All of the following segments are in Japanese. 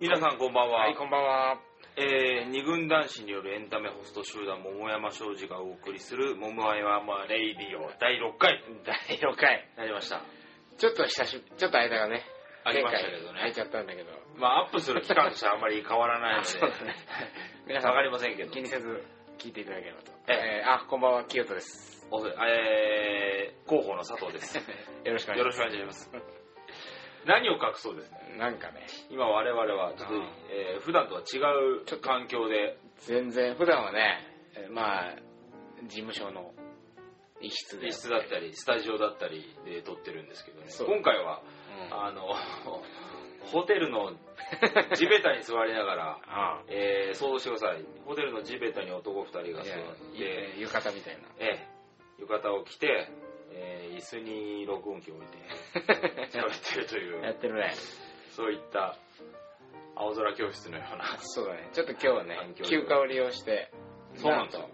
皆さんこんばんは、はい、こんばんは。えー二軍男子によるエンタメホスト集団桃山商事がお送りする「桃山レイディオ」第6回第6回。なりましたちょっと久しぶり、ちょっと間がね、ありましたけどね前回空いちゃったんだけど、まあアップする期間としてはあんまり変わらないのそでうだね皆さんわかりませんけど気にせず聞いていただければと。ええーあ、こんばんは、清人です。おえー広報の佐藤 ですよろしくおよ願いろししくお願いします何を隠そうですねます。なんかね、今我々はちょっと、うんえー普段とは違ちょうっと環境で全然、普段はね、えーまあ、事務所の一室で。一室だったりスタジオだったりで撮ってるんですけどねそう今回はうん ああのホテルの地べたに座りながらあ。えー、想像してくださいホテルの地べたに男2人が座っいてや、いいね浴衣みたい な。えー浴衣を着て、えー椅子に録音機を 置いて喋ってるといやうってるね。そういった青空教室のようなそうだね。ちょっと今日はね環境、休暇を利用して、そうなんですよ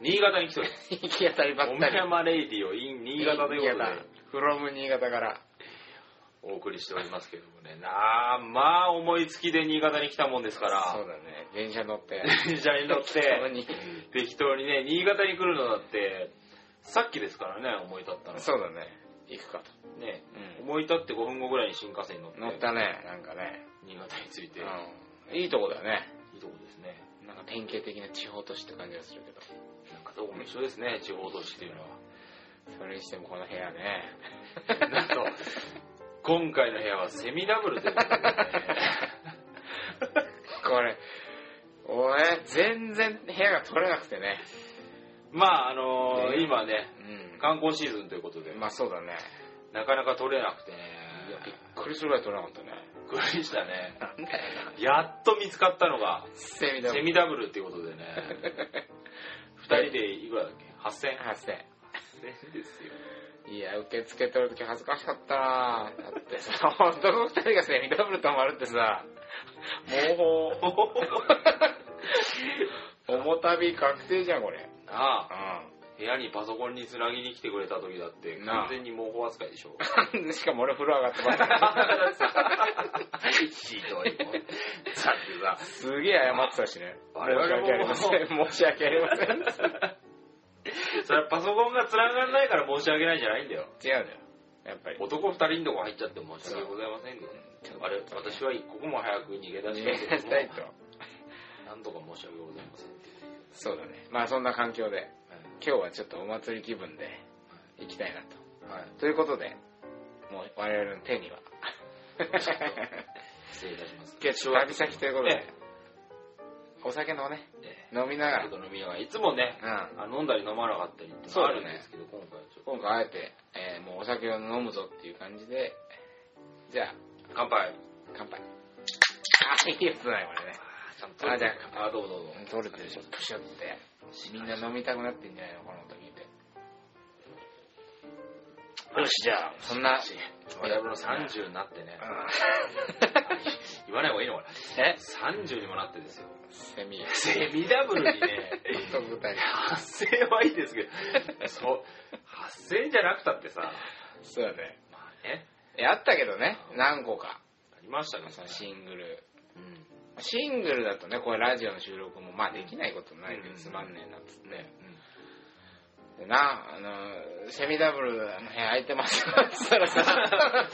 新潟に来ておりますなんと 行き当たりばおっみたりや。まレイディオ in 新潟ということでフロム新潟から。お送りしておりますけどもねなあまあ思いつきで新潟に来たもんですからそうだね。電車乗って。 電車に乗っ適当てに適当にね新潟に来るのだってさっきですからね思い立ったの そうだね。行くかと。ねうん思い立って5分後ぐらいに新幹線に乗って乗ったね、なんかね。新潟に着いて、うん。いいとこだよね。いいとこですねなんか典型的な地方都市って感じがするけど。なんかどこも一緒ですね地方都市っていうのは それにしてもこの部屋ね。なんと今回の部屋はセミダブルということ でね これ、俺、全然部屋が取れなくてね。まああのーね今ねう観光シーズンということで、ん。まあそうだね。なかなか取れなくてねいや、びっくりするぐらい取れなかったね。びっくりしたねなんだよな。やっと見つかったのがセミだもんセミダブルっていうこ とでね2人でいくらだっけ8000発生。円ですよいや、受付取るとき恥ずかしかったなぁだってさ、 男二人がセミダブル泊まるって さ、も う、重旅確定じゃん、これ。ああう部屋にパソコンにつなぎに来てくれた時だってなあ完全に毛包扱いでし ょん。しかも俺風呂上がってばっかりひどいもんだってさ すげえ謝ってたしね。我々も申し訳ありません。申し訳ありませ ん。違うん それはパソコンがつながらないから申し訳ないんじゃないんだよだよ。やっぱり。男2人のとこ入っちゃって申し訳ございませんけどねあれ私は一刻も早く逃げ出逃しげた出いけどしたいとも。なんとか申し訳ございませんっていうそうだね。まあそんな環境で、今日はちょっとお祭り気分で行きたいなと。はい、はい、ということで、もう我々の手 には。失礼いたします今日は久々来ということでえ、お酒のね、ええ飲みながえちょっと飲み屋がいつもねら、うん。あ飲んだり飲まなかったりってのがあるんですけど、今回はちょっと今回あえて、えーもうお酒を飲むぞっていう感じで、じゃあ、乾杯乾杯。あ、いいやつだね、これね。ちゃんあじゃあどうぞどうぞうん取れてるでしょ、プシュって。みんな飲みたくなってんじゃないの、この音聞いて。よし、じゃあ、そんな、我々の30になってね、 言わない方がいいのかなえ30にもなってですよセミ、セミダブルにねと舞台。発生はいいですけどそう発生じゃなくたってさ そうだね。まあねえあったけどね、何個か。ありましたけどそねのシングル。うんシングルだとね、これラジオの収録も、まあできないことないけうど、んつまんねえなっつっうて。んでな、あの、セミダブルの部屋空いてます かって言ったらさ、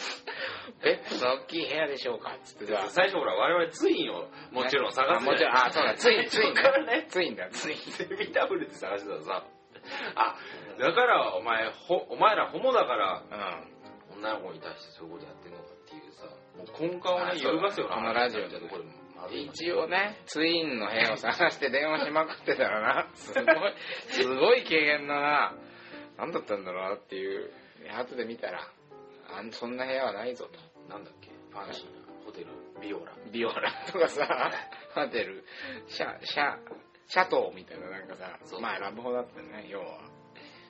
ベッドの大きい部屋でしょうかっつってさ、最初ほら我々ツインをもちろん探すじゃあ もちろん、ないあ、そうだ、ツイン、ツインそっからねね。ツインだ、ツイン。セミダブルって探してたらさあだからお前ほお前らホモだからう女の子に対してそういうことやってんのかっていうさもう根幹をあね揺そうだねるがすようなこのラジオでこれまずん。い一応ね、ツインの部屋を探して電話しまくってたらな、すごい、すごい軽減なな、なんだったんだろうなっていう、後で見たら、あんそんな部屋はないぞと。なんだっけファンシーなホテルビオラビオラとかさ、ホテル、シャ、シャ、シャトーみたいななんかさそう、まあラブホだったよね、要は。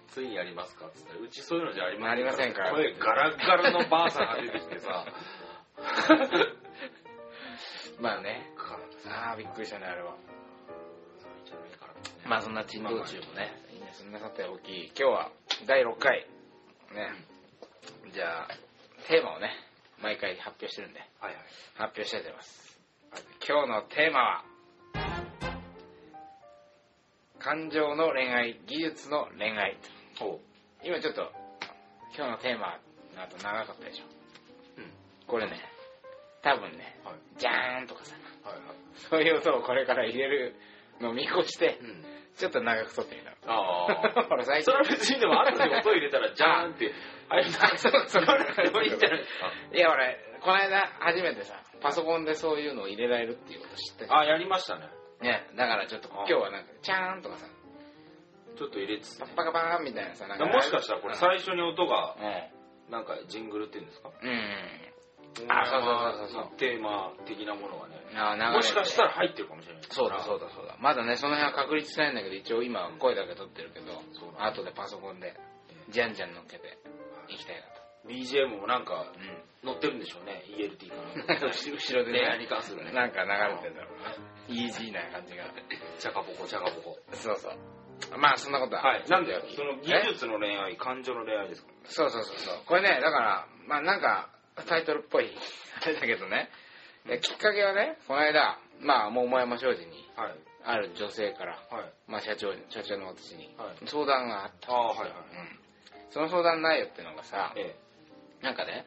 ツインやりますかっつったらうちそういうのじゃありませんありませんから声ガラッガラのばあさんが出てきて さまあね。かああ、びっくりしたね、あれは。そういうんじゃないからねまあそんな珍道中もまあまね。いいね、そんなさておき、今日は第6回。ね。じゃあ、テーマをね、毎回発表してるんで、はいはい発表したいと思います。はい今日のテーマは感情の恋愛技術の恋愛ほ今ちょっと今日のテーマの後長かったでしょう。うん。これね多分ねはい。ジャーンとかさはいはい。そういう音をこれから入れるのを見越してうん。ちょっと長く撮ってみたのあ ほらあ。最 そ近れは別にでも、後で音入れたら、ジャーンって、あれ、あ そうそうでもいいんじゃないですいや俺この間初めてさパソコンでそういうのを入れられるっていうこと知ってか。あ、やりましたね。ねだからちょっと今日はなんかチャーンとかさちょっと入れつつ、パねッ。パカパーンみたいなさなんかもしかしたらこれ最初に音が、うなんかジングルっていうんですかんあそうそうそうそうう。テーマ的なものがね。うんあ流れてもしかしたら入ってるかもしれない。そうだそううだそうだまだねその辺は確立してないんだけど一応今は声だけ取ってるけどそうだ後でパソコンでじゃんじゃん乗っけていきたいな BGM もなんかと、うん乗ってるんでしょうね。ELT かな。 後ろで 恋愛に関するね。なんか流れてんだろうなイージーな感じがチャカポコ、チャカポコ。そうそうまあそんなことははい。なんで、その技え術の恋愛、感情の恋愛ですかそうそうそうそうこれねだからまあなんかタイトルっぽいあれだけどねできっかけはねこの間まあ桃山商事にはい。ある女性から、はい。まあ、社長に社長の私にはい相談があった、ああ、はいはい。うんその相談内容っていうのがさえなんかね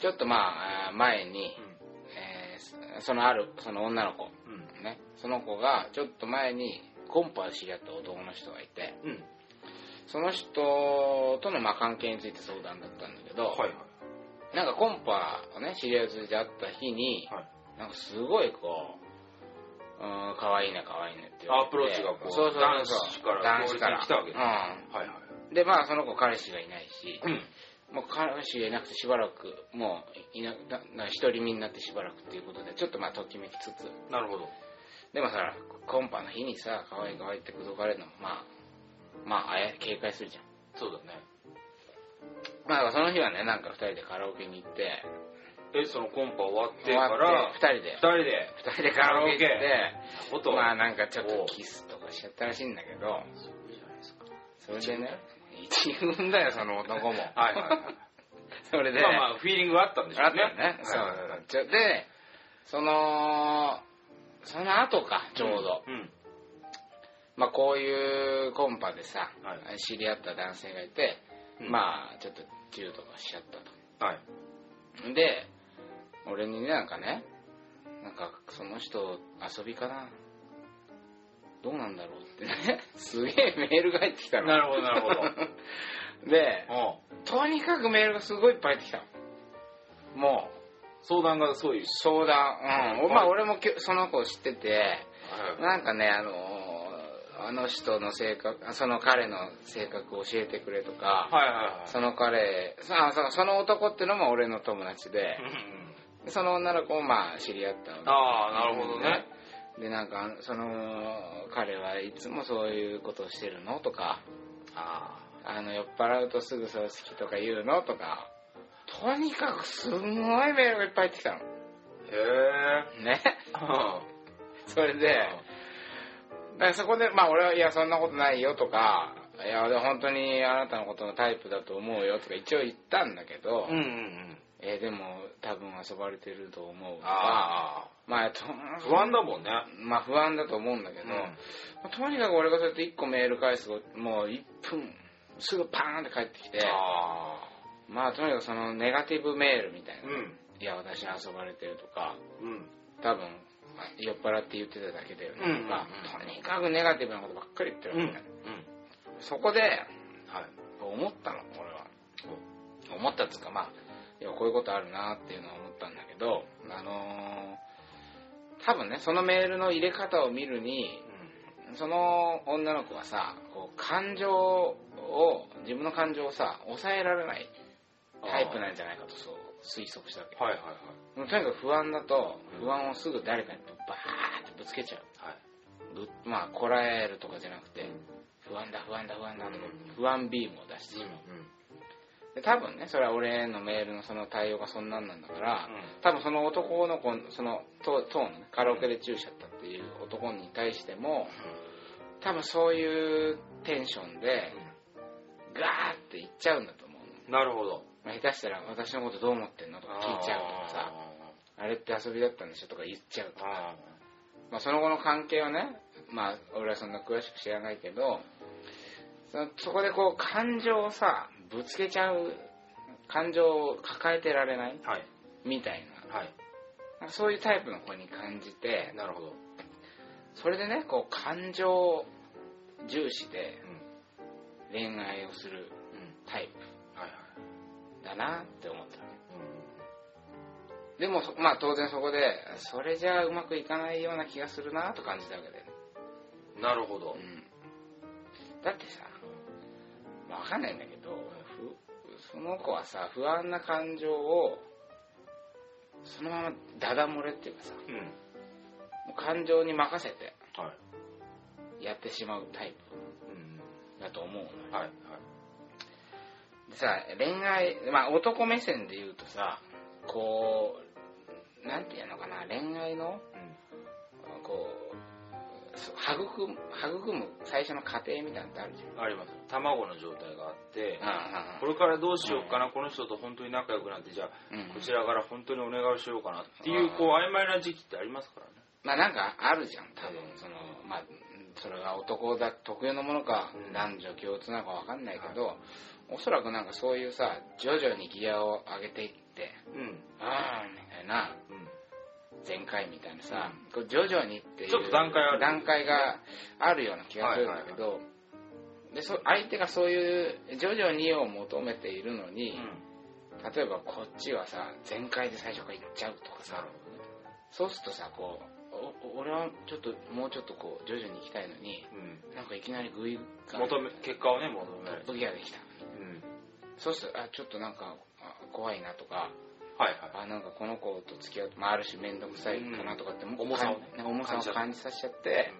ちょっとまああー前にえ。、うえーそのあるその女の子ん。うん。ね、その子がちょっと前にコンパで知り合った男の人がいてうん。その人とのまあ関係について相談だったんだけど、はいはい。なんかコンパをね知り合いを通じて会った日に、はいなんかすごいこううーん可愛いね可愛いねって言われてアプローチがこうそうそうそう男子から男子から強烈に来たわけだはいはい。うん、でまあその子彼氏がいないし、うん。もう彼氏がいなくてしばらくもういななな独り身になってしばらくっていうことでちょっとまあときめきつつなるほど。でもさコンパの日にさ可愛い可愛いって口説かれるのもまあまああや警戒するじゃんそうだね。まあだからその日はねなんか2人でカラオケに行ってえ、そのコンパ終わって終かわらっ、て2人で二人で、 2人でカラオケ行っカてこと、まあなんかちょっとキスとかしちゃったらしいんだけどいいじゃないですか。それでね一軍だよその男はもいはいはい。それで、まあまあ、フィーリングがあったんでしょあうっね。たよね、そうはいそうそうちょでそのその後かちょうど、うん。まあ、こういうコンパでさ、は知り合った男性がいて、うんまあちょっとチューとかしちゃったはい。とで俺にねなんかねなんかその人遊びかなどうなんだろうってね すげえメールが入ってきたのなるほど、なるほ ど。でうんとにかくメールがすごいいっぱい入ってきたのもう相談がそういう。相談うん、まあ俺もきょその子を知っててはいなんかね、あのーあの人の性格、あその彼の性格を教えてくれとか、はいはい。その彼そあそ、その男ってのも俺の友達でう、んその女の子もまあ知り合ったので。ああ、なるほどね。で、なんか、あのその、彼はいつもそういうことをしてるのとか、ああの、酔っ払うとすぐそう好きとか言うのとか、とにかくすんごいメールがいっぱい入ってきたの。あ。へえ。ね。う んそれで、だからそこで、まあ俺は、いや、そんなことないよとか、いや、俺は本当にあなたのことのタイプだと思うよとか一応言ったんだけど、うんうんうん。えーでも多分遊ばれてると思うとか、あまあ、とあ。不安だもんね。まあ不安だと思うんだけど、うんまあとにかく俺がそうやって1個メール返すと、もう1分、すぐパーンって返ってきて、あまあとにかくそのネガティブメールみたいあ。な、うん。いや、私遊ばれてるとか、うん。多分酔っ払って言ってただけだよねとうんうんうんか、とにかくネガティブなことばっかり言ってるうん。うわんけ、。そこではい。思ったの俺は思ったっつうかまあいやこういうことあるなっていうのは思ったんだけどあのー多分ねそのメールの入れ方を見るにその女の子はさこう感情を自分の感情をさ抑えられないタイプなんじゃないかとそう推測したわけはいはいはい。もうとにかく不安だとうん不安をすぐ誰かにぶバーってぶつけちゃうはい。ぶまあこらえるとかじゃなくて不安だ不安だ不安だとか不安ビームを出してしまうで多分ねそれは俺へのメールのその対応がそんなんなんだから、うん多分その男の子その当当の、ね、カラオケで注射ったっていう男に対しても多分そういうテンションでガーっていっちゃうんだと思うの、なるほど。まあ下手したら私のことどう思ってんのとか聞いちゃうとかさあれって遊びだったんでしょとか言っちゃうとあまあ、その後の関係はね、まあ、俺はそんな詳しく知らないけどそのそこでこう感情をさぶつけちゃう感情を抱えてられないあはいみたいなはいなんかそういうタイプの子に感じてなるほど、それでねこう感情重視でうん恋愛をするうん、タイはいはい、プだなって思ったねでもそまあ当然そこでそれじゃうまくいかないような気がするなと感じたわけで、うん、なるほど、うん、だってさ、まあ、分かんないんだけどふその子はさ不安な感情をそのままダダ漏れっていうかさもうんう感情に任せてはい、やってしまうタイうんプだと思うのよはいはいでさ恋愛、まあ、男目線で言うとさこうなんていうのかな恋愛のこうそ育む育む最初の過程みたいなのってあるじうん、あります卵の状態があってゃんこれからどうしようかな、この人と本当に仲良くなってじゃあうんうんこちらから本当にお願いをしようかなっていうこう曖昧な時期ってありますからねまあなんかあるじゃん多分そのまあそれが男だ特有のものかうん男女共通なのかわかんないけど、おそらくなんかそういうさ徐々にギアを上げていってうんああみたいなうん全開みたいなさ、こう徐々にっていうちょっと段階ある段階があるような気がするんだけど、でそ相手がそういう徐々にを求めているのに、例えばこっちはさ全開で最初からいっちゃうとかさ、なるほどねそうするとさこうお俺はちょっともうちょっとこう徐々に行きたいのにうんなんかいきなりグイグイ求め結果をね求トめられッてプギアできたうんそうするとあちょっとなんかあ怖いなとかはいはいあなんかこの子と付き合うと、まあ、ある種面倒くさいかなとかって、もう重さを感じなんか重さを感じさせちゃって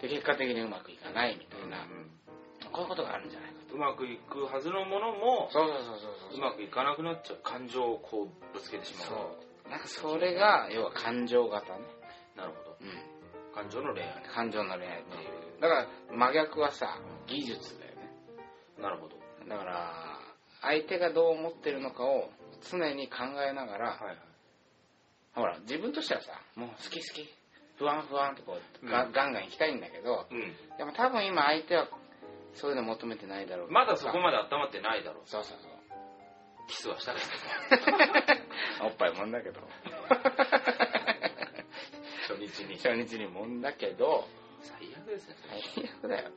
で結果的にうまくいかないみたいな、こういうことがあるんじゃないかうまくいくはずのものもそうそうそうそうそううまくいかなくなっちゃう感情をこうぶつけてしまうそうなんかそれが要は感情型ね、なるほどうん、感情の恋愛感情の恋愛っていうだから真逆はさ技術だよねなるほどだから相手がどう思ってるのかを常に考えながら、はいはいほら自分としてはさもう好き好き不安不安ってこう、うんがガンガン行きたいんだけどうんでも多分今相手はそういうの求めてないだろうまだそこでまで温まってないだろうそうそうキスはしたけど そうおっぱいもんだけど初日に初日にもんだけど最悪ですね最悪だよ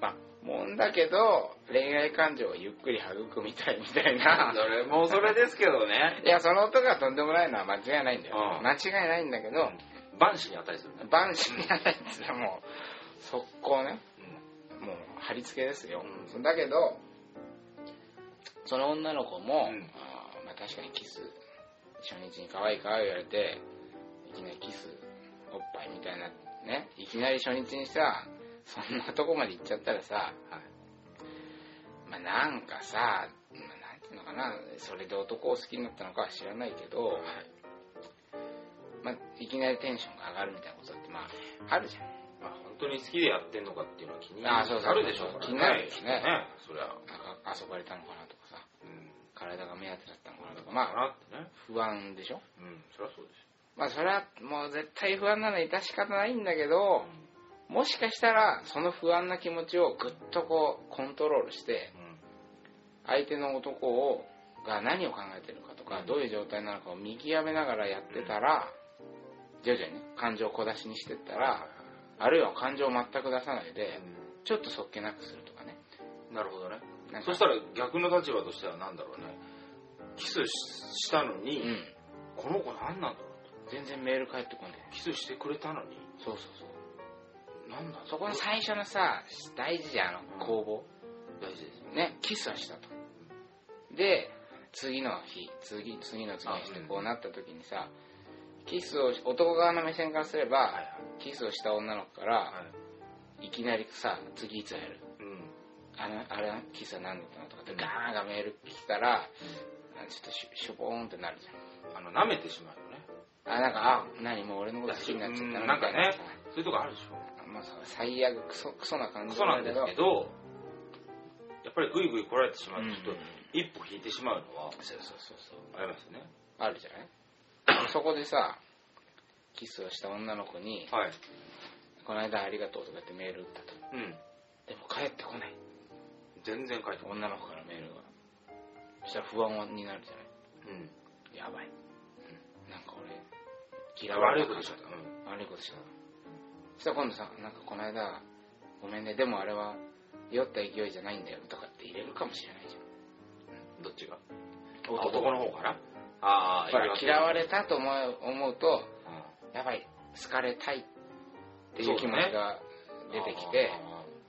まあもんだけど恋愛感情をゆっくり育みたいみたいなそれもうそれですけどねいや、その音がとんでもないのは間違いないんだよ。うん間違いないんだけど、万死に値するねバンシーやないっつったらもう、速攻ね、うもう貼り付けですよ。うんだけど、その女の子も、うんあーまあ確かにキス、初日に可愛い可愛い言われて、いきなりキス、おっぱいみたいな、ね、いきなり初日にさ、そんなとこまで行っちゃったらんさ、はいまあ、なんかさ、まあ、なんていうのかなそれで男を好きになったのかは知らないけど、まあ、いきなりテンションが上がるみたいなことだってまああるじゃんまあ本当に好きでやってんのかっていうのは気になあそうそうそうるでしょうから気になるよねきっとねそりゃあ遊ばれたのかなとかさうん体が目当てだったのかなとかまあなまあってね不安でしょうんそりゃそうですまあそれはもう絶対不安なのに致し方ないんだけどもしかしたらその不安な気持ちをぐっとこうコントロールしてうん相手の男をが何を考えてるかとうか、んどういう状態なのかを見極めながらやってたら、徐々にね感情を小出しにしてったら、あるいは感情を全く出さないで、ちょっとそっけなくするとかね。うんなるほどねなんかそしたら逆の立場としては何だろうねキスししたのうにん。この子何なんだろうと全然メール返ってこない。キスしてくれたのにそうそうそう。何なんだそこの最初のさ、大事じゃん、あの攻防。大事ですねね、キスはしたと。で、次の日、次、次の次の日ってあうんこうなった時にさ、キスを、男側の目線からすれはば、いキスをした女の子かはら、いはいいきなりさ、次いつやるうんあの、あれな、キスは何だったのとかって、ガーンがメール来たら、あちょっとしょしょぼーんってなるじゃん。あの舐めてしまうよねあ、なんか、あ、何もう俺のこと好きになっちゃったうんみたないんかねさそういうとこあるでしょもうさ最悪クソクソな感じそうなんですけどやっぱりグイグイ来られてしまうとちょっとうん一歩引いてしまうのはそうそうそうそうありますよねあるじゃないそこでさキスをした女の子にはい「この間ありがとう」とかってメール打ったとうんでも帰ってこない全然書いてこない女の子からメールがそしたら不安になるじゃないうんやばい、うんなんか俺嫌わ悪れいるここととししちゃたったうん悪いことしたそしたら今度さなんかこの間ごめんねでもあれは酔った勢いじゃないんだよとかって入れるかもしれないじどっちがゃん男の方からああほら嫌われれたと思う思うとやばい好かれたいっていう気持ちが出てきて、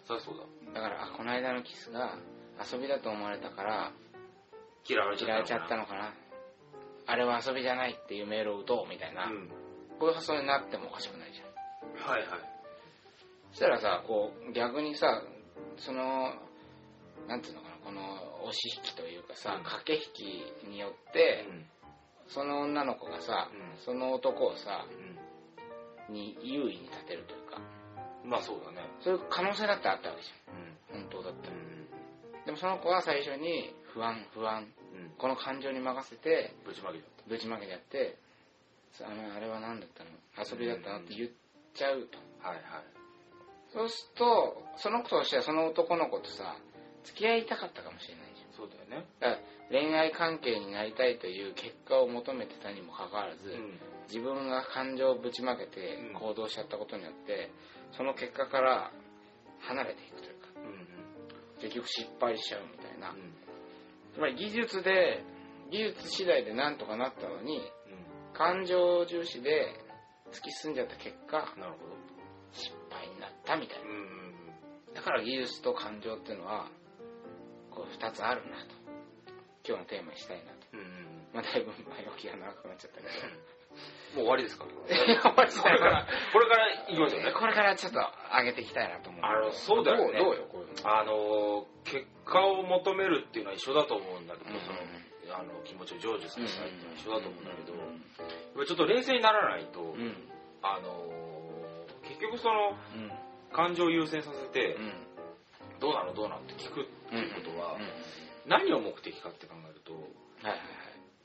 そりゃそうだだからあこの間のキスが遊びだと思われたから嫌われちゃった嫌われちゃったのかなあれは遊びじゃないっていうメールを打とうみたいな、うんこういう発想になってもおかしくないじゃんはいはいそしたらさこう逆にさそのなんていうのかなこの押し引きというかさ、うん駆け引きによって、んその女の子がさ、うんその男をさに優位に立てるというかうんまあそうだねそういう可能性だってあったわけじうんゃん本当だったうら、んでもその子は最初に不安不安うんこの感情に任せてぶちまけちゃっぶちまけちゃってさあのあれは何だったの遊びだったのって言っちゃうと、たはいはいそうするとその子としてはその男の子とさ付き合いたかったかもしれないじゃんそうだよねだから恋愛関係になりたいという結果を求めてたにもかかわらず、ん自分が感情をぶちまけてうん行動しちゃったことによってその結果から離れていくというかうん結局失敗しちゃうみたいな、うんうんつまり技術で技術次第でなんとかなったのにう感情重視で突き進んじゃった結果んなるほど失敗になったみたいうんうんなだから技術と感情っていうのはこう2つあるなと今日のテーマにしたいなとうんうんまあだいぶ前置きが長くなっちゃったけもう終わりです かこれどいや終わりだかかららこれから行きましょうねこれからちょっと上げていきたいなと思うあのそうだよねどうどうよこういうのあのー結果を求めるっていうのは一緒だと思うんだけど、うんそのあの気持ちを成就させたいっていうのは一緒だと思うんだけど、うんちょっと冷静にならないと、うんあのー結局そのうん感情を優先させて、うんどうなのどうなのって聞くっていうことは、うんうん何を目的かって考えるとはいはい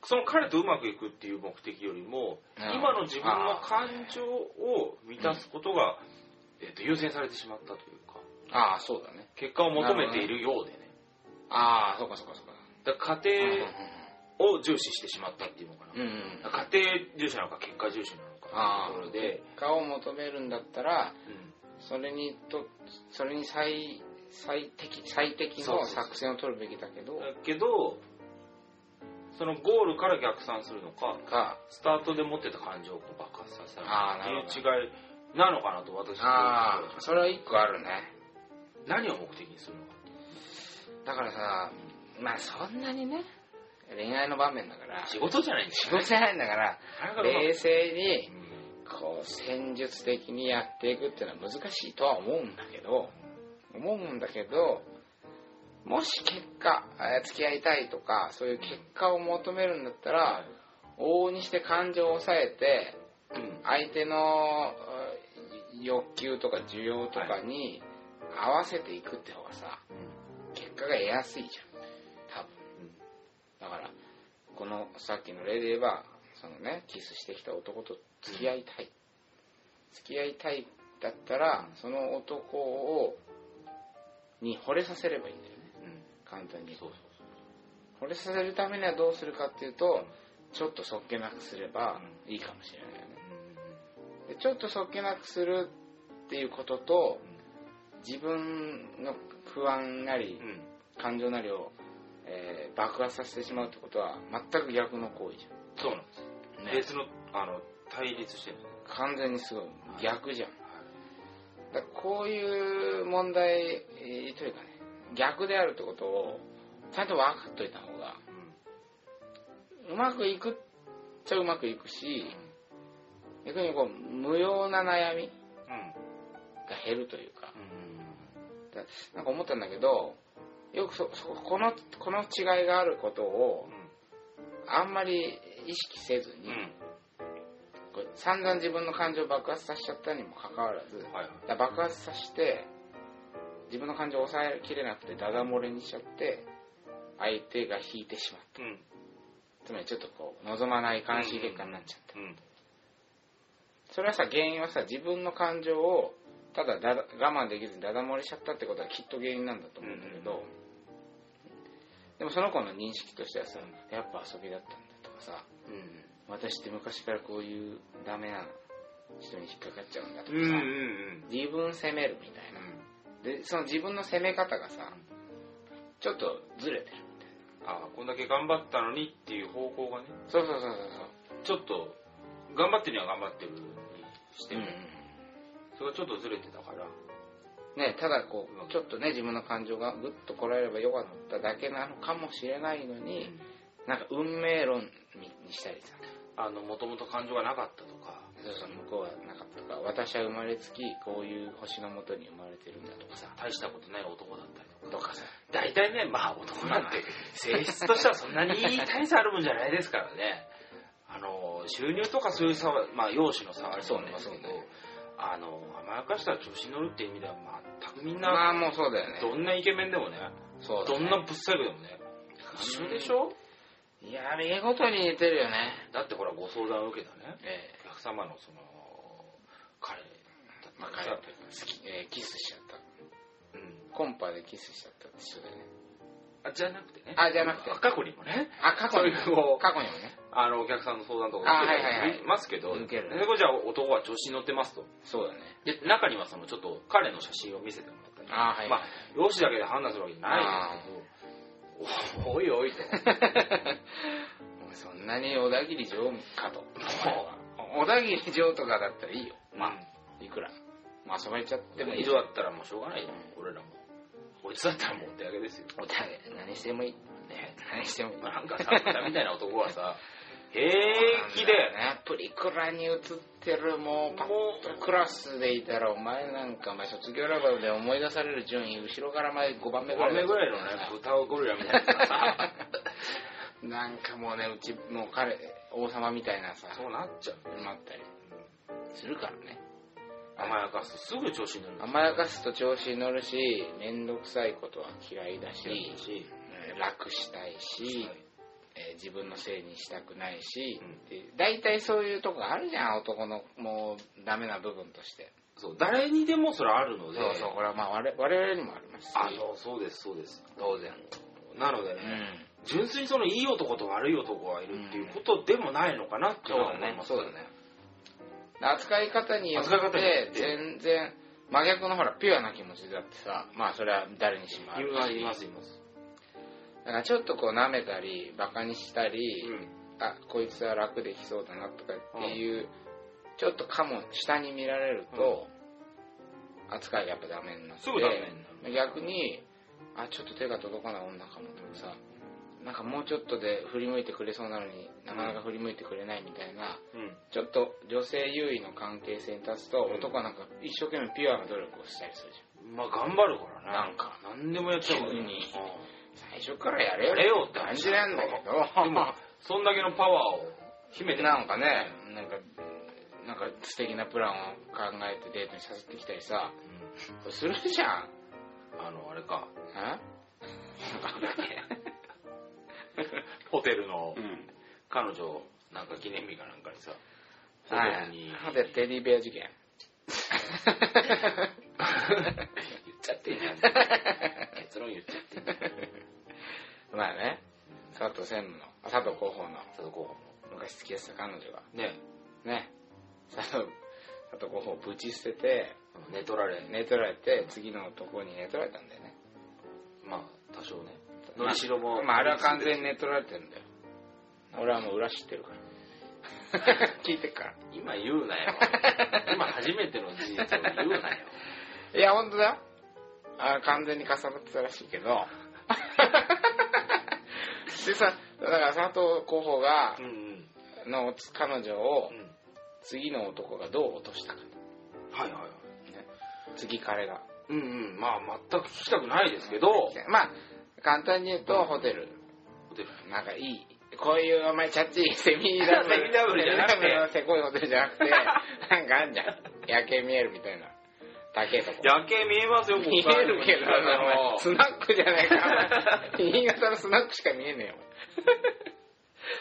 その彼とうまくいくっていう目的よりもなるほど今の自分の感情を満たすことが、えっと優先されてしまったというかはいああそうだね結果を求めているようでねああそうかそうかそうかだからう家ん庭、を重視してしまったっていうのかな、うんうんうん家庭重視なのか結果重視なのかあっていうところあで結、果を求めるんだったらうんそれにとそれに最最適最適そうそのうそう作戦を取るべきだけどだけどそのゴールから逆算するのかかスタートで持ってた感情をこう爆発させたあーのかなるほどっていう違いなのかなと私はああそれは一個あるね何を目的にするのかってだからさまあそんなにね恋愛の場面だから仕事じゃないんで仕すよ事じゃないんだからなかなかうまく冷静にうんこう戦術的にやっていくっていうのは難しいとは思うんだけど思うんだけどもし結果えー付き合いたいとかそういう結果を求めるんだったら往々にして感情を抑えてうん相手のうん欲求とか需要とかに合わせていくって方がさ結果が得やすいじゃん多分だからこのさっきの例で言えばそのねキスしてきた男と付き合いたい、付き合いたいだったらその男をに惚れさせればいいんだよねうん簡単にそうそう惚れさせるためにはどうするかっていうとちょっとそっけなくすればいいかもしれないよねでちょっとそっけなくするっていうことと自分の不安なりうんうん感情なりを、えー爆発させてしまうってことは全く逆の行為じそうなんですゃん、別のあの対立してるんですね完全にすごい逆じゃんはいだからこういう問題えーというかね逆であるってことをちゃんと分かっといた方がうんうまくいくっちゃうまくいくし逆にこう無用な悩みうんが減るというかうだなんか思ったんだけどよくそそこのこの違いがあることをあんまり意識せずに、んうんこう散々自分の感情を爆発させちゃったにもかかわらず、はいはいだから爆発させて自分の感情を抑えきれなくてダダ漏れにしちゃって相手が引いてしまっうんたつまりちょっとこう望まない監視結果になっちゃった、うんそれはさ原因はさ自分の感情をただだだ我慢できずにダダ漏れしちゃったってことはきっと原因なんだと思うんだけど、うんうんでもその子の認識としてはさやっぱ遊びだったんだとかさうん私って昔からこういうダメな人に引っかかっちゃうんだとうかさ、んうん自分責めるみたいなでその自分の責め方がさちょっとずれてるああこんだけ頑張ったのにっていう方向がねそうそうそうそうちょっと頑張ってるには頑張ってるにしてそう、も、それがちょっとずれてたからねただこうちょっとね自分の感情がグッとこらえればよかっただけなのかもしれないのに、なんか運命論にしたりさあのもともと感情がなかったとかそうそう向こうはなかったとか私は生まれつきこういう星のもとに生まれてるんだとかさ大したことない男だったりとかとかさ大体ねまあ男なんて性質としてはそんなに大差あるもんじゃないですからねあの収入とかそういう差はまあ容姿の差はあると思いますけど、そうねそうねあの甘やかしたら調子に乗るっていう意味では全くみんな、まあもうそうだよねどんなイケメンでもねそうだどねんなぶっさいでもね一緒でしょいや見え事に似てるよねだってほらご相談を受けたねえお客様のその彼だっえまあた彼らというか好き、えーキスしちゃったうんコンパでキスしちゃったって人だよねあじゃなくてねあじゃなくて過去にもねあ過去にそういうこう過去にもねあのお客さんの相談とかあはいはいは受いけますけど、受けるねでこれじゃあ男は調子に乗ってますとそうだねで中にはそのちょっと彼の写真を見せてもらったりあはいまあ容姿だけで判断するわけじゃないです けどおおいおい ともうそんなに小田切城かとう小田切城とかだったらいいよままああいくらまあ遊ばれちゃっでてももいい以上だったらもうしょうがないよ俺らもこいつだったらもうお手上げですよお互い何してもいいね何してもいいなんか さあんたみたいな男はさ平気でねプリクラに写ってるもうパッとクラスでいたらお前なんかお前卒業ラバーで思い出される順位後ろから前5番目ぐらいだ雨とぐ思うらいのね豚をゴリラみたいな さなんかもうねうちもう彼王様みたいなさそうなっちゃうなったりするからね甘やかすとすぐ調子に乗る甘やかすと調子に乗るし面倒くさいことは嫌いだしし、しえー楽したいし、えー自分のせいにしたくないし、うんで大体そういうとこあるじゃん男のもうダメな部分としてそう誰にでもそれあるのそうでそうこれはまあ我々我々にもありますしあそうそうですそうです当然なのでうね、ん純粋にそのいい男と悪い男がいるっていうことでもないのかなっていうのは思いますそうだね扱い方によ扱いっ方によてって全然真逆のほらピュアな気持ちだってさまあそれは誰にしもあるいしますいますだからちょっとこう舐めたりバカにしたり、うんあこいつは楽できそうだなとかっていう、ちょっとかも下に見られると、扱いがやっぱダメになってすぐダメになる逆にあちょっと手が届かない女かもとかさなんかもうちょっとで振り向いてくれそうなのになかなか振り向いてくれないみたいな、うんちょっと女性優位の関係性に立つと、うん男はなんか一生懸命ピュアな努力をしたりするじまあ頑張るからねなんか何でもやっちゃうから急ねにうんゃん最初からやれよやれよって感じなんだけどでもそんだけのパワーを秘めてなんかねなんかなんか素敵なプランを考えてデートに誘ってきたりさうするじゃんんあのあれかあホテルのん彼女なんか記念日かなんかにさホはテルにいホテルテディベア事件言っちゃっていいじゃん結論言っちゃっていいまあね佐藤専務のあ佐藤広報の佐藤候補昔付き合ってた彼女がのねね佐藤佐藤広報をぶち捨てて寝取られね寝取られて次の男に寝取られたんだよねまあ多少ねのりしろもまああれは完全に寝取られてんだよ俺はもう裏知ってるから 聞いてるから今言うなよ今初めての事実を言うなよいや、本当だよ。あ完全にかさばってたらしいけ ど。でさ、だから佐藤候補がう、んうんの彼女をうん次の男がどう落としたか。はいはいはい次彼が。うんうんまあ全く聞きたくないですけどホまあ、簡単に言うとホテル、テルなんかいい。こういうお前チャッチーセミダブル。セミダブルじゃなくて セミダブルのせこいホテルじゃなくて、なんかあんじゃん。夜景見えるみたいな。 高いとこ。夜景見えますよここ見えからるけどな、お前スナックじゃねえか。新潟のスナックしか見えねえよ。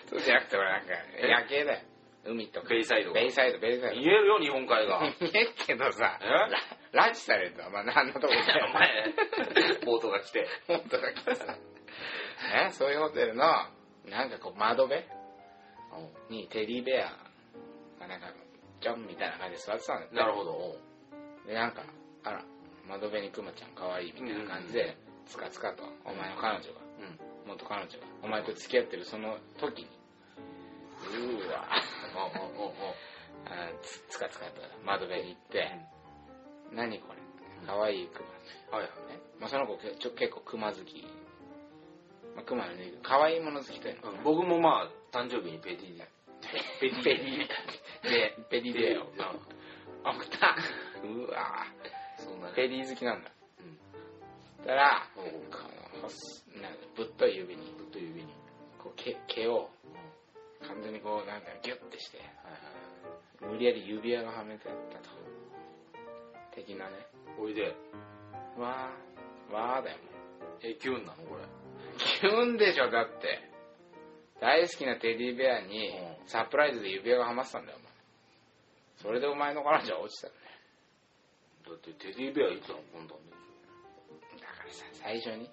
そうじゃなくて、ほらなんか、夜景だよ。海とか。ベイサイドがベイサイド、ベイサイ見えるよ日本海がド。見えるけどさ、えラ拉致されると、まあ、あんなとこ行ったら お前 ボートが来てホテルが来てさ、ね、そういうホテルの、なんかこう、窓辺にテディベアがなんか、ジョンみたいな感じで座ってたんだって。なるほどで、なんか、あら、窓辺にクマちゃんかわいいみたいな感じで、つかつかと、お前の彼女が、うん元彼女が、お前と付き合ってるその時に、うーわ、おうおうおうおうあーつつかつかと窓辺に行って、何これ、かわいいクマ。はいはいねまあ、その子けちょ結構熊好き、まあ、熊のぬいぐるみ可愛いもの好きというのうん僕もまあ誕生日にペディペディペディ でペディベアをペディ送ったうわそんなぁねペディ好きなんだうんそしたらおこうのほすなんかぶっとい指にずっと指にこう毛毛をうんはい完全にこうなんだろうギュッてしては無理やり指輪がはめてあったと的ないねおいでわーわーだよもうえキュンなのこれキュンでしょだって大好きなテディベアにうんサプライズで指輪がはまってたんだよお前それでお前の彼女は落ちたんだよだってテディベアいつの今度ねだからさ最初に、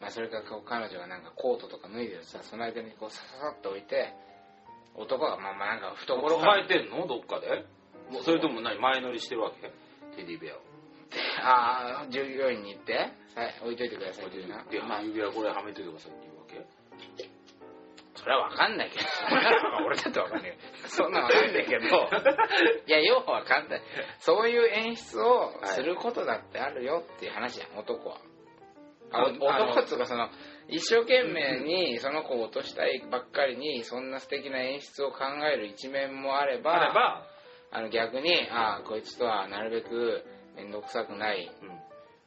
まあ、それかこう彼女がなんかコートとか脱いでるさその間にこうさささっと置いて男がまあまあなんか懐か抱らえてんのどっかでもうそれとも何前乗りしてるわけテディベアをああ従業員に行ってさ置いといてくださいってでいうなまあ指輪これはめてくださいって言うわそれは分かんないけど 俺だって分かんないけどそんなん分かんない けどいや要は分かんないそういう演出をすることだってあるよっていう話じゃん男はあおあの男っつうかその一生懸命にその子を落としたいばっかりにそんな素敵な演出を考える一面もあれけばあればあの逆にああこいつとはなるべく面倒くさくないうん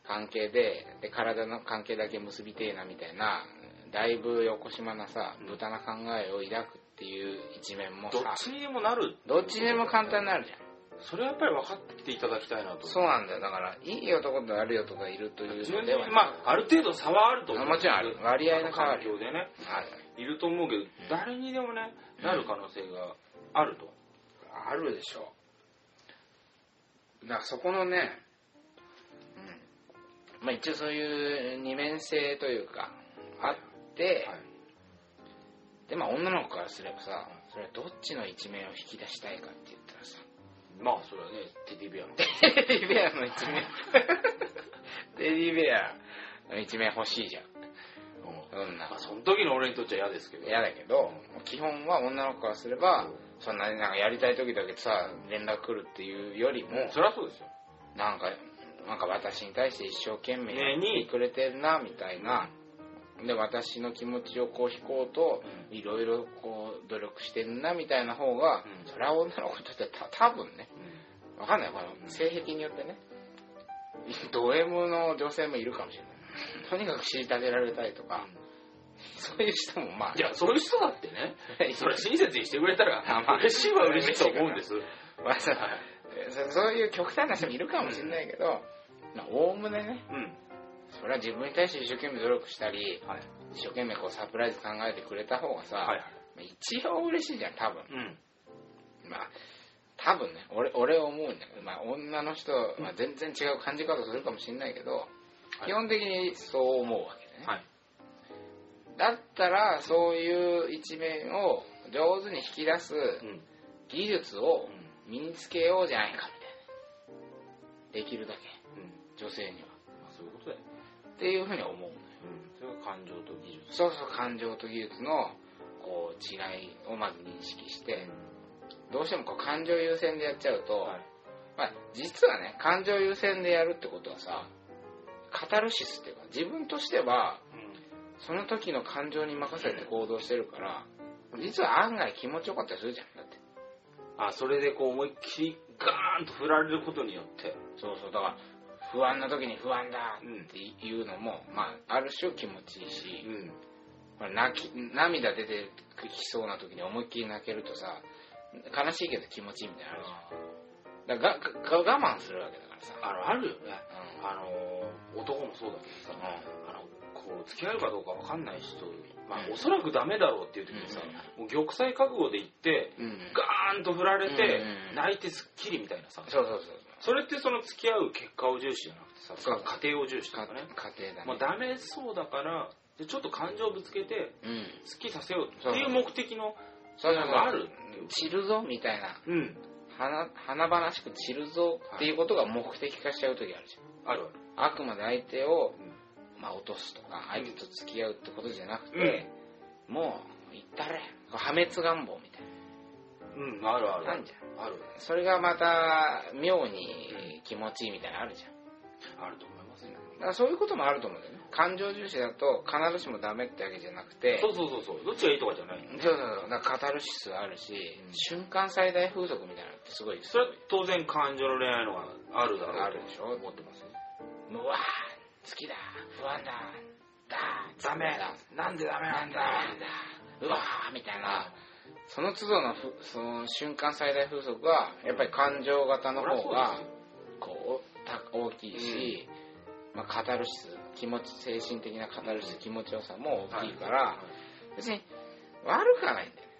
関係でで体の関係だけ結びてえなみたいなだいぶ横島なさうん豚な考えを抱くっていう一面もどっさちにでもなるどっちにも簡単になるじゃんそれはやっぱり分かっていただきたいなとそうなんだよだからいい男と悪い男がいるという自の分でではまあある程度差はあると思うもちろんある割合の差はあ環るよ境でねあいると思うけど誰にでもねなる可能性があるとあるでしょだからそこのねうんまあ一応そういう二面性というかあって、はいでまあ女の子からすればさそれはどっちの一面を引き出したいかって言ったらさまあそれはねテディベアのテディベアの 一面テディベアの一面欲しいじゃんうん女まあその時の俺にとっちゃ嫌ですけど嫌だけど基本は女の子からすればそんなになんかやりたい時だけさ連絡来るっていうよりもそりゃそうですよなんかなんか私に対して一生懸命やねにってくれてるなみたいなで私の気持ちをこう引こうとういろいろこう努力してるなみたいな方がうんそれは女の子にとってはた多分ねうんわかんないこの性癖によってねド M の女性もいるかもしれないとにかく虐げられたいとかそういう人もまあいやそういう人だってねそれ親切にしてくれたあ まあら嬉しいは嬉しいと思うん ですまあそそそういう極端な人もいるかもしれないけど、まあ、おおむねね、うんそれは自分に対して一生懸命努力したり、はい一生懸命こうサプライズ考えてくれた方がさ、はいはいまあ一応嬉しいじゃん、多分。うんまあ、多分ね、俺、俺思うんだけど、まあ、女の人、まあ、全然違う感じ方するかもしれないけど、い基本的にそう思うわけだね。はいだったら、そういう一面を上手に引き出すうん技術をうん身につけようじゃないか、みたいな。できるだけ、うん女性には。まあそういうことだよっていうふうに思うのよそれが感情と技術そうそう感情と技術のこう違いをまず認識してどうしてもこう感情優先でやっちゃうと、はいまあ、実はね感情優先でやるってことはさカタルシスっていうか自分としてはその時の感情に任せて行動してるから実は案外気持ちよかったりするじゃんだってあそれでこう思いっきりガーンと振られることによってそうそうだから不安な時に不安だうんっていうのも、まあ、ある種気持ちいいし、んほら泣き涙出てきそうな時に思いっきり泣けるとさ悲しいけど気持ちいいみたいなのあるじゃんだからがが我慢するわけだからさあのあるよねうあの男もそうだけどさ、あのここう付き合えるかどうか分かんない人、まあう、んおそらくダメだろうっていう時にさ、もう玉砕覚悟で行ってうんガーンと振られて、うん泣いてすっきりみたいなさそうそうそうそれってその付き合う結果を重視じゃなくてそうさ家庭を重視とそうかねか家庭だね、もうダメそうだからでちょっと感情ぶつけてうんすっきりさせようっていう目的のそうなそんうかある散るぞみたいなうん華華々しく散るぞっていうことが目的化しちゃう時あるじゃんあるあるあくまで相手をうん、まあ、落とすとか相手と付き合うってことじゃなくて、もう行ったれ破滅願望みたいうん、あるあるななんじゃんあるそれがまた妙に気持ちいいみたいなのあるじゃんあると思いますねだからそういうこともあると思うんだよね感情重視だと必ずしもダメってわけじゃなくてそうそうそうそうどっちがいいとかじゃないのそうそうそうだからカタルシスあるし、うん瞬間最大風速みたいなのってすごいそれは当然感情の恋愛の方があるだろうとあるでし思ょってますよもううわー好きだ不安だだダメだなんでダメななんんだだなんだうわーみたいなその都度のふその瞬間最大風速はやっぱり感情型の方がそりゃそうでこうた大きいし、まあ、カタルシス気持ち精神的なカタルシス気持ちよさも大きいから、はい別に悪くはないんだよね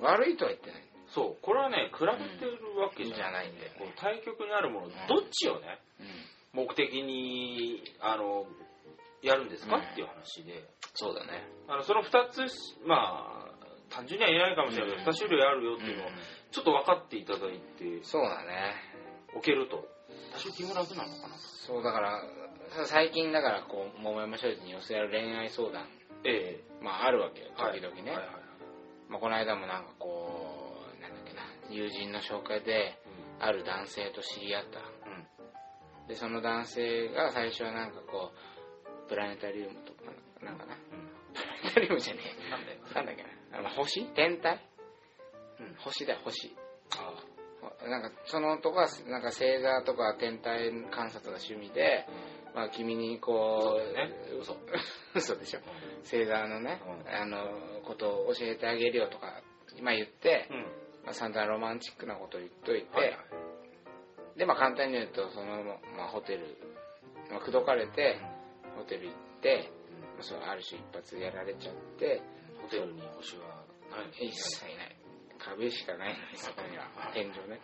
悪いとは言ってないそうこれはね比べてるわけんじじゃゃなないいんんだでよ、ねこう対極にあるものんどっちをねうん目的にあのやるんですか、うんっていう話でそうだねあのその2つまあ単純には言えないかもしれないけど、うん2種類あるよっていうのをちょっと分かっていただいてそうだねおけると多少気も楽なのかなとそうだからさ最近だからこう桃山商事に寄せられる恋愛相談えまああるわけよえ時々ね、はいはいはいまあ、この間もなんかこうなんだっけな友人の紹介である男性と知り合ったうんうんでその男性が最初はなんかこうプラネタリウムとかなんかなプラネタリウムじゃねうんなんだよえなんだっけなあの星天体、うん星だよ星あなんかその男はなんか星座とか天体観察が趣味で、まあ、君にこそううだよね嘘嘘でしょ星座のね、あのことを教えてあげるよとか今言って、うんまあ、散々ロマンチックなことを言っといて、はいはいでまあ簡単に言うとその、まあ、ホテル、まあ、口説かれてホテル行って、まあ、そうある種一発やられちゃってホテルに星はない一切ない壁しかないのにそこには天井ね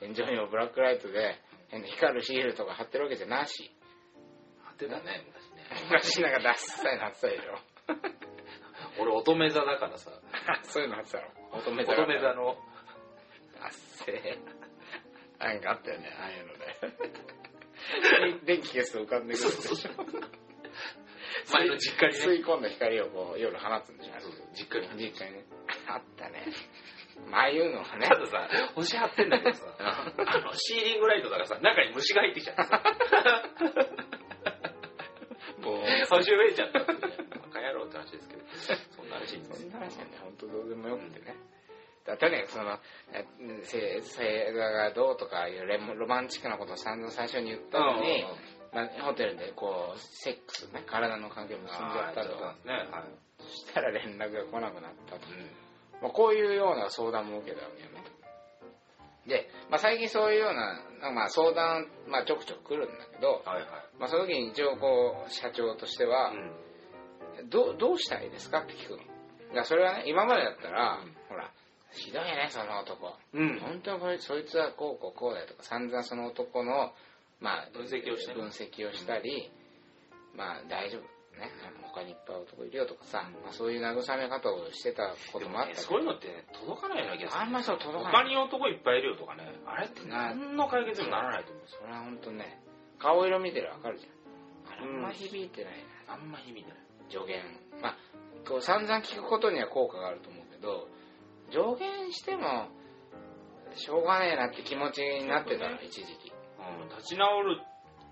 天井にもブラックライトで変な光るシールとか貼ってるわけじゃなし当てたね昔ね昔なんかダッサいの貼ってたでし ょ 俺乙女座だからさそういうの貼ってたろ乙女乙座が女座のあっせーなんかあったよねああいうの で電気消すと浮かんでくるでしょ前の実家にね吸い込んだ光をこう夜放つんでしょそうそう実家に実家にねあったねまあああいうのはねたださ星張ってんだけどさ あのシーリングライトだからさ中に虫が入ってきちゃってさもう 星増えちゃったってねバカ野郎って話ですけどそんな話にそんな話なんて本当どうでもよくてね。だとにかくその、えせ星座がどうとかいうレモロマンチックなことを散々最初に言ったのに、まあ、ホテルでこう、セックスね、体の関係を結んじゃったと。ねはいそしたら連絡が来なくなったと。まあ、こういうような相談も受けたわけよね。で、まあ、最近そういうような、まあ、相談、まあ、ちょくちょく来るんだけど、はいまあ、その時に一応こう、社長としては、はいうんどうどうしたいですかって聞くの。いやそれはね、今までだったら、うんほら、ひどいね、その男。うん本当にこいそいつはこうこうこうだよとか、散々その男の、まあ、分析をしてね分析をしたり、まあ、大丈夫。ね、他にいっぱい男いるよとかさ、うんまあ、そういう慰め方をしてたことでもあもっねたけそういうのってね届かないような気がどすあるんまりそう届かな他い。に男いっぱいいるよとかねあれって何の解決にもならないと思うんですよそれは本当ね、顔色見てるわかるじゃん。あれあうんんま響いてないな。あんま響いてない助言まあこう散々聞くことには効果があると思うけど助言してもしょうがねえなって気持ちになってたの、そうね一時期うん立ち直る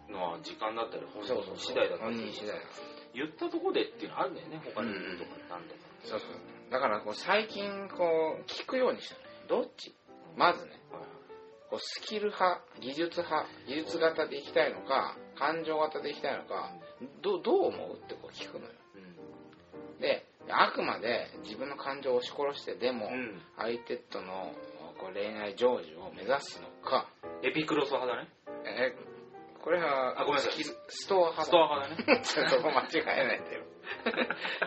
のは時間だったり本人次第だった本り人次第だ言ったとこでっていうのあるんだよね他にうんとかなんでもそうそうだからこう最近こう聞くようにしたのよどっちまずねはいはいこうスキル派技術派技術型でいきたいのか感情型でいきたいのかどどう思うってこう聞くのよであくまで自分の感情を押し殺してでも、うんうん相手とのこう恋愛成就を目指すのかエピクロス派だねえーここれはあごめんなさいスキストア派ストア派だね そこ間違えないんだよ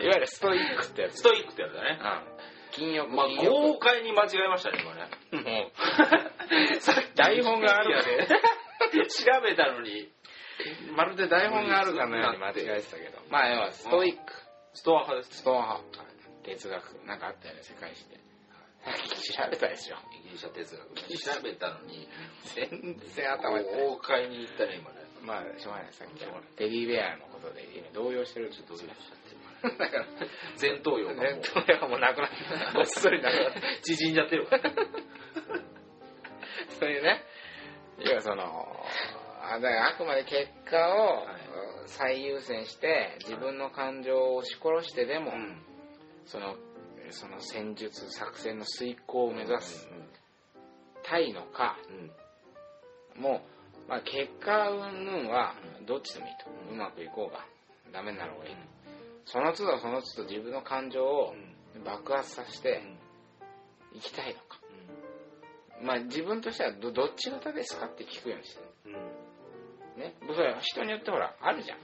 いわゆるストイックってやつストイックってやつだねうん金欲まあ金欲豪快に間違えましたね今ねもさっきう台本があるいやか 調べたのにでまるで台本があるかのように間違えてたけどまあ要はストイックストア派ですストア派哲学なんかあったよね世界史で 調べたでしょギリシャ哲学調べたのに全然頭痛い豪快に言ったね今ねまあしょうがないさっきはテディベアのことで今動揺してるんちですょっとよどうしちゃってだから前頭葉がも前頭葉もなく なったごっそりなくなったう縮んじゃってるからねそういうね要はそのあだからあくまで結果をはいうん最優先して自分の感情を押し殺してでも、うんそのその戦術作戦の遂行を目指すタイのかうんうんもう、まあ、結果云々はどっちでもいいと、うまくいこうがダメなのがいい、その都度その都度自分の感情を爆発させうてんいきたいのか、まあ自分としてはどどっち型ですかって聞くようにしてるうんうんねそれは人によってほらあるじゃん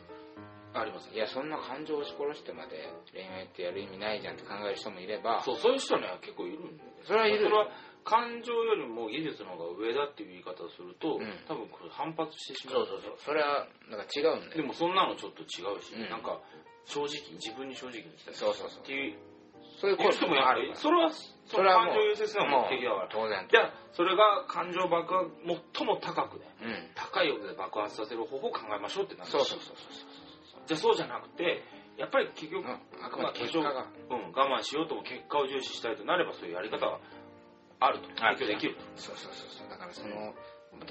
ありますいやそんな感情を押し殺してまで恋愛ってやる意味ないじゃんって考える人もいればそうそういう人ね結構いるんだよねそれはいるそれは感情よりも技術の方が上だっていう言い方をすると、うん多分これ反発してしまそううそうそうそれはなんか違うんだでよもそんなのちょっと違うし、うんなんか正直自分に正直に来たそうそうそうっていうそういういう声人ももやあっぱるりからそれはそそれのは感もう情優先するのが目的だから当然じゃあそれが感情爆発最も高くねうん高い音で爆発させる方法を考えましょうってなるそうそうそうそうじゃあそうじゃなくてやっぱり結そう、局、うん、あくまで結果が、うん、我慢しようとも結果を重視したいとなればそういうやり方はあるとある提供できるとそうそうそうそうだからその、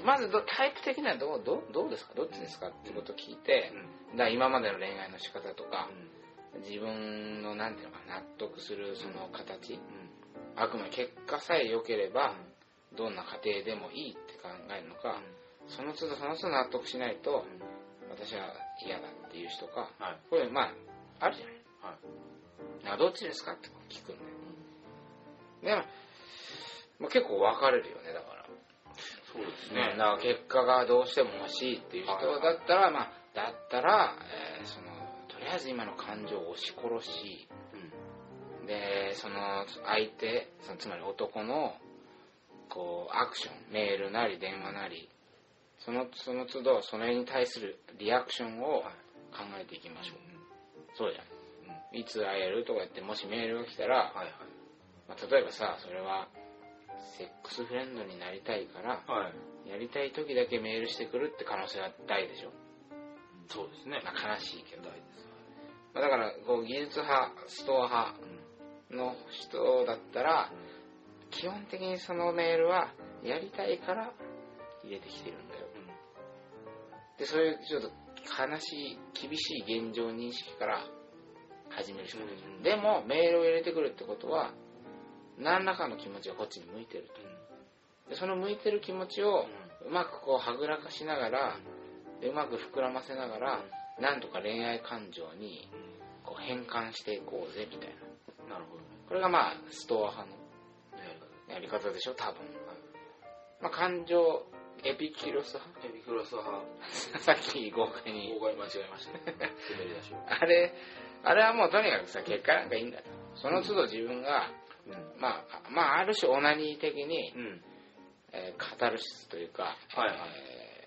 まずどタイプ的にはどうどうどうですかどっちですかってことを聞いて、だから今までの恋愛の仕方とか、自分のなんていうのかな納得するその形、あくまで結果さえ良ければ、どんな家庭でもいいって考えるのか、その都度その都度納得しないと、私は嫌だっていう人か、はいこれまあ、あるじゃない。はいあどっちですかって聞くんだよ。でも、まあ、結構分かれるよね、だから。そうですね、ねだから結果がどうしても欲しいっていう人だったら、まあ、だったら、えーその、とりあえず今の感情を押し殺し、でその相手そのつまり男のこうアクションメールなり電話なりそのその都度それに対するリアクションを考えていきましょう、そうじゃんいつ会えるとか言ってもしメールが来たら、はいまあ、例えばさそれはセックスフレンドになりたいからはいはいやりたい時だけメールしてくるって可能性は大でしょ、そうですねまあ、悲しいけど大、でまあ、だからこう技術派ストア派の人だったら基本的にそのメールはやりたいから入れてきてるんだよでそういうちょっと悲しい厳しい現状認識から始めるしかない、うんうんでもメールを入れてくるってことは何らかの気持ちがこっちに向いてるとでその向いてる気持ちをうまくこうはぐらかしながらでうまく膨らませながらなんとか恋愛感情にこう変換していこうぜみたいななるほどこれがまあストア派のねやり方でしょ多分、まあ、感情エピキュロス 派エビクロス派さっき豪快に大概間違えましたね滑り出しをあれあれはもうとにかくさ結果なんかいいんだとその都度自分が、まああまあある種オナニー的に、うんうんえーカタルシスというか、はいはい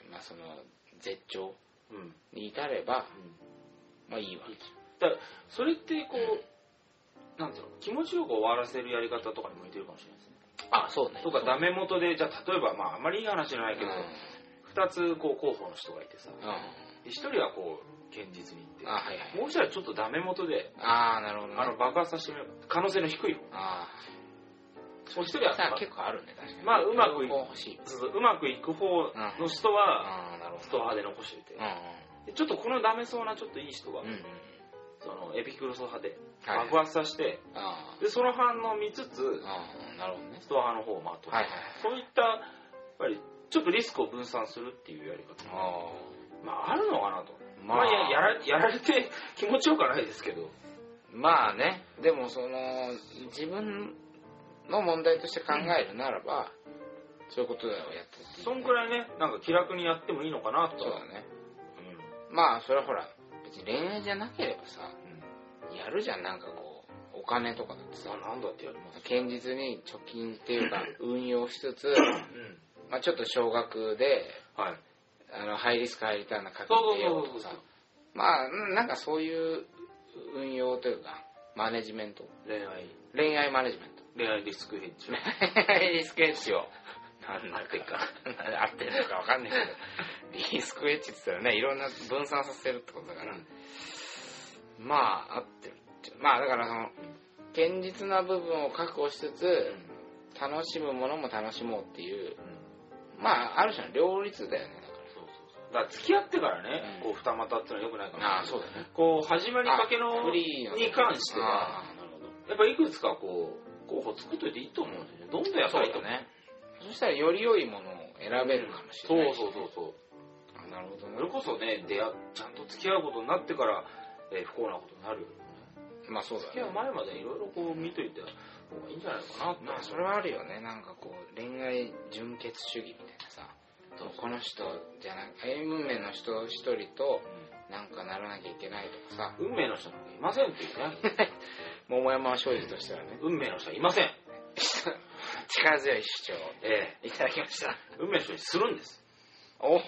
えーまあ、その絶頂うんに至れば、まあ、いいわだからそれってこうなんていうの気持ちよく終わらせるやり方とかに向いてるかもしれないですねあそうねとかダメ元でじゃあ例えばまああまりいい話じゃないうんけうどん2つこう候補の人がいてさ1人はこう堅実にいってあはいはいもう1人はちょっとダメ元でああなるほど、ね、あの爆発させてみよう可能性の低い方あもう1人あはさあまあ結構あるね確かにまあうまくい両方欲しいそうそううまくいく方の人はああなるほスどトア派で残しておいてうんでちょっとこのダメそうなちょっといい人はうんうんうんそのエピクロス派ではい爆発させてあでその反応を見つつあああなるほどねストア派の方をまとはいはいそういったやっぱりちょっとリスクを分散するっていうやり方もあまああるのかなとあまあ、ややらやられて気持ちよくはないですけど、まあねでもその自分の問題として考えるならば、そういうことだよやってっていいそんくらいねなんか気楽にやってもいいのかなとそうはだねうんまあそれはほら別に恋愛じゃなければさうんやるじゃんなんかこうお金とかだってささあなんだってやります堅実に貯金っていう か運用しつつうんまあちょっと少額ではいあのハイリスクハイリターンな確定をとかそうそうそうさそうまあうんなんかそういう運用というかマネジメント恋愛恋愛マネジメント恋愛リスクヘッジをリスクエッジを なんだってか合ってるのか分かんないけどリスクエッジって言ったらねいろんな分散させるってことだから、まあ合ってるってまあだからその堅実な部分を確保しつつ、楽しむものも楽しもうっていうまあある種の両立だよねそうそうそうだから付き合ってからね、うこんう二股っていうのはよくないだかからなああそうだねこう始まりかけあのフリーのに関してはああなるほどやっぱいくつかこう候補作っといていいと思うんですよねどんどんやっそぱうりいいとだ思ねそしたらより良いものを選べるかもしれないし、そうそうそうそうあなるほどねそれこそね出会ちゃんと付き合うことになってから、えー不幸なことになるよりもねまあそうだ付き合うね前までいろいろこう見といた方がいいんじゃないかなってまあそれはあるよねなんかこう恋愛純潔主義みたいなさそうそうこの人じゃなくて運命の人一人とうなんかならなきゃいけないと かんさ運命の人なんかいませんっていうね桃山庄司としてはね 運命の人はいません力強い主張えをいただきましたえ運命の人にするんですおおおーっと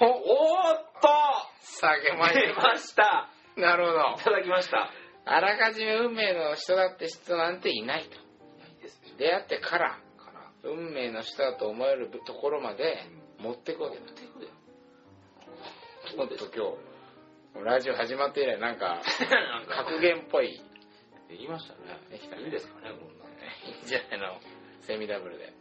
下げまい出ました なるほどいただきましたあらかじめ運命の人だって人なんていないとないですね出会ってからから運命の人だと思えるところまで持ってこいよってことだよちょっと今日ラジオ始まって以来なんかなんか格言っぽいできましたねできたねいいんですかねこんなのいいんじゃないのセミダブル で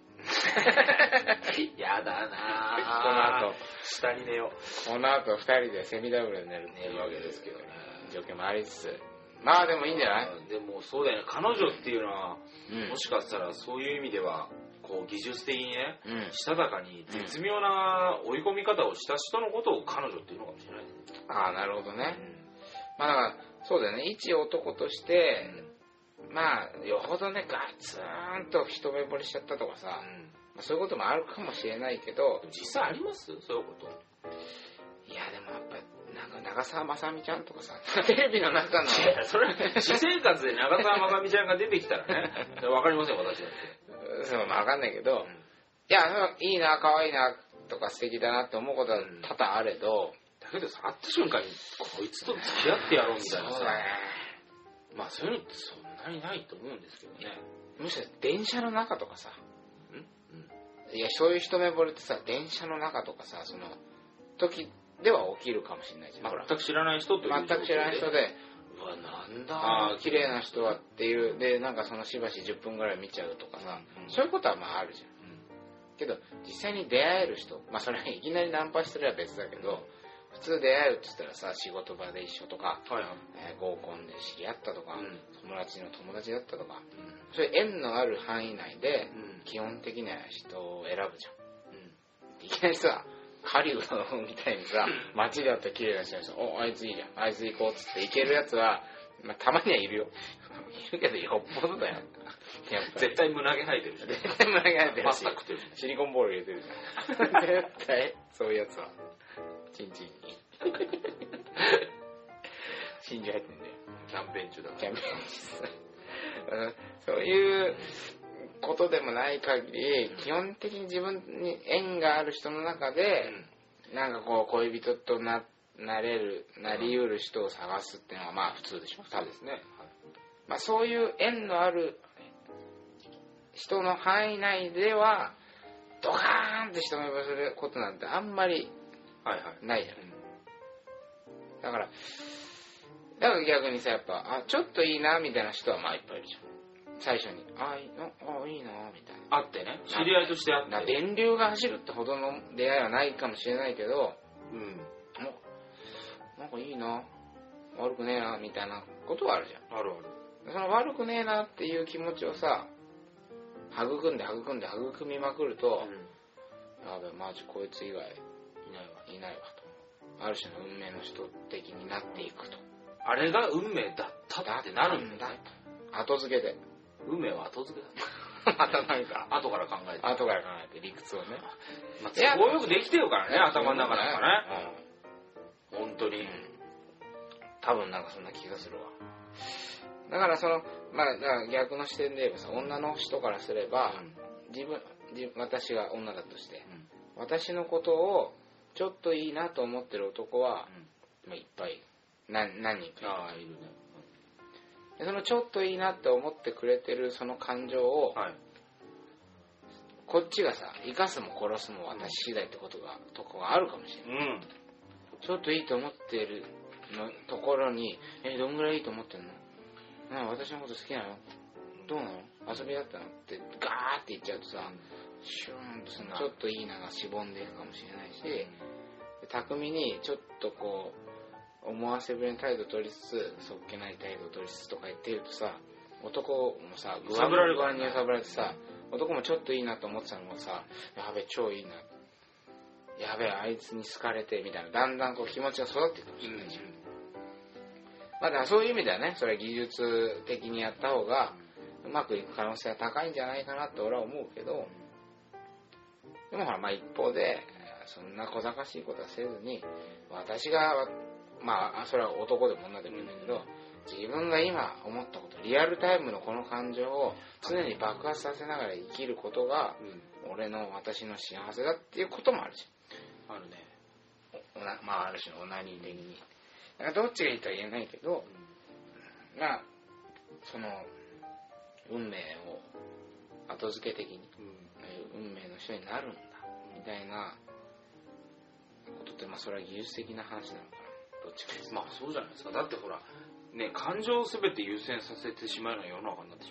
やだなこぁの後下に寝よこの後二人でセミダブルになるっていうわけですけどね状況もありつつまあでもういいんじゃない、あーでもそうだよね彼女っていうのはうんもしかしたらそういう意味ではこう技術的にねうん、したたかに絶妙な追い込み方をした人のことを彼女っていうのかもしれないですああなるほどねねまあだからそうだよね一男としてまあよほどねガツンと一目惚れしちゃったとかさ、うまんあそういうこともあるかもしれないけどでも実際ありますそういうこといやでもやっぱなんか長澤まさみちゃんとかさ テレビ の 中のいやそれ私生活で長澤まさみちゃんが出てきたら ねわかりません私だってそうまあ分かんないけど、いやいいな可愛いなとか素敵だなって思うことは多々あれど、だけどさ会った瞬間にこいつと付き合ってやろうみたいなそうさだねまあそういうのってそんなにないと思うんですけどねむしろ電車の中とかさうんうんいやそういう一目惚れってさ電車の中とかさその時では起きるかもしれないじゃんほら全く知らない人という状況で全く知らない人でうわなんあだあ綺麗な人はっていうでなんかそのしばし10分ぐらい見ちゃうとかさ、うんそういうことはまああるじゃんけど実際に出会える人まあそれはいきなりナンパしてれば別だけど、普通出会うって言ったらさ仕事場で一緒とか、はいはいえー合コンで知り合ったとか、うん友達の友達だったとかそういう縁のある範囲内でうんうん基本的な人を選ぶじゃんいきなりさ狩人みたいに さ街で会った綺麗な人にさ「おあいついいじゃんあいつ行こう」っつって行けるやつは、まあ、たまにはいるよいるけどよっぽどだよやっぱり絶対胸毛生えてる し絶対胸毛生えてるまっしさくてるシリコンボール入れてるじゃん 絶対そういうやつはチンチンに 真珠入ってんだよキャンペーン中だかキャンペーンですうんそういうことでもない限り基本的に自分に縁がある人の中らでなんかこう恋人とななれるなりうる人を探すっていうのはまあ普通でしょ多そう分ですねはいまあ、そういう縁のある人の範囲内ではドカーンって一目惚れすることなんてあんまりはいはいないじゃんだからだから逆にさやっぱあちょっといいなみたいな人はまあいっぱいいるじゃん最初にあいいあいいなみたいあってね知り合いとしてあなっなて電流が走るってほどの出会いはないかもしれないけどうんおなんかいいな悪くねえなみたいなことはあるじゃんあるあるその悪くねえなっていう気持ちをさ育んで育んで育みまくると、やべマジこいつ以外いないわいないわとある種の運命の人的になっていくとあれが運命だったってなるんだだ後付けで 運命は後付けだ またなんか、後から考えて。後から考えて理屈をね。まあ、いや都合よくできてるからね、頭の中だからね。ね。本当に。多分なんかそんな気がするわだからそのまあだから逆の視点で言えばさ女の人からすれば、自分自私が女だとして私のことをちょっといいなと思ってる男は、まあ、いっぱいな何人かいるああ、いるね。でそのちょっといいなって思ってくれてるその感情を、はい。こっちがさ生かすも殺すも私次第ってことが、とこがあるかもしれないうん。ちょっといいと思ってるのところに、え、どんぐらいいいと思ってんのなんか私のこと好きなのどうなの遊びだったのってガーって言っちゃうとさ、シューンとそのちょっといいながしぼんでいくかもしれないし、巧みにちょっとこう、思わせぶりな態度取りつつ、そっけない態度取りつつとか言ってるとさ、男もさ、揺ぐわさぶられるぐわに揺さぶられてさ、男もちょっといいなと思ってたのもさ、やべ、超いいな。やべ、あいつに好かれて、みたいな。だんだんこう気持ちが育っていくるかもしれないじゃんまあ、だからそういう意味ではね、それは技術的にやった方が、うまくいく可能性は高いんじゃないかなって俺は思うけど、でもほら、まあ一方で、そんな小賢しいことはせずに、私が、まあ、それは男でも女でもいいんだけど、自分が今思ったこと、リアルタイムのこの感情を常に爆発させながら生きることが、うん。俺の私の幸せだっていうこともあるし、あるね。おなまあある種のオナニー的に。だからどっちがいいとは言えないけど、がその運命を後付け的にうん。えー運命の人になるんだみたいなことってまあそれは技術的な話なのかなどっちかですまあそうじゃないですか。だってほら、ね、感情を全て優先させてしまうような世の中になってし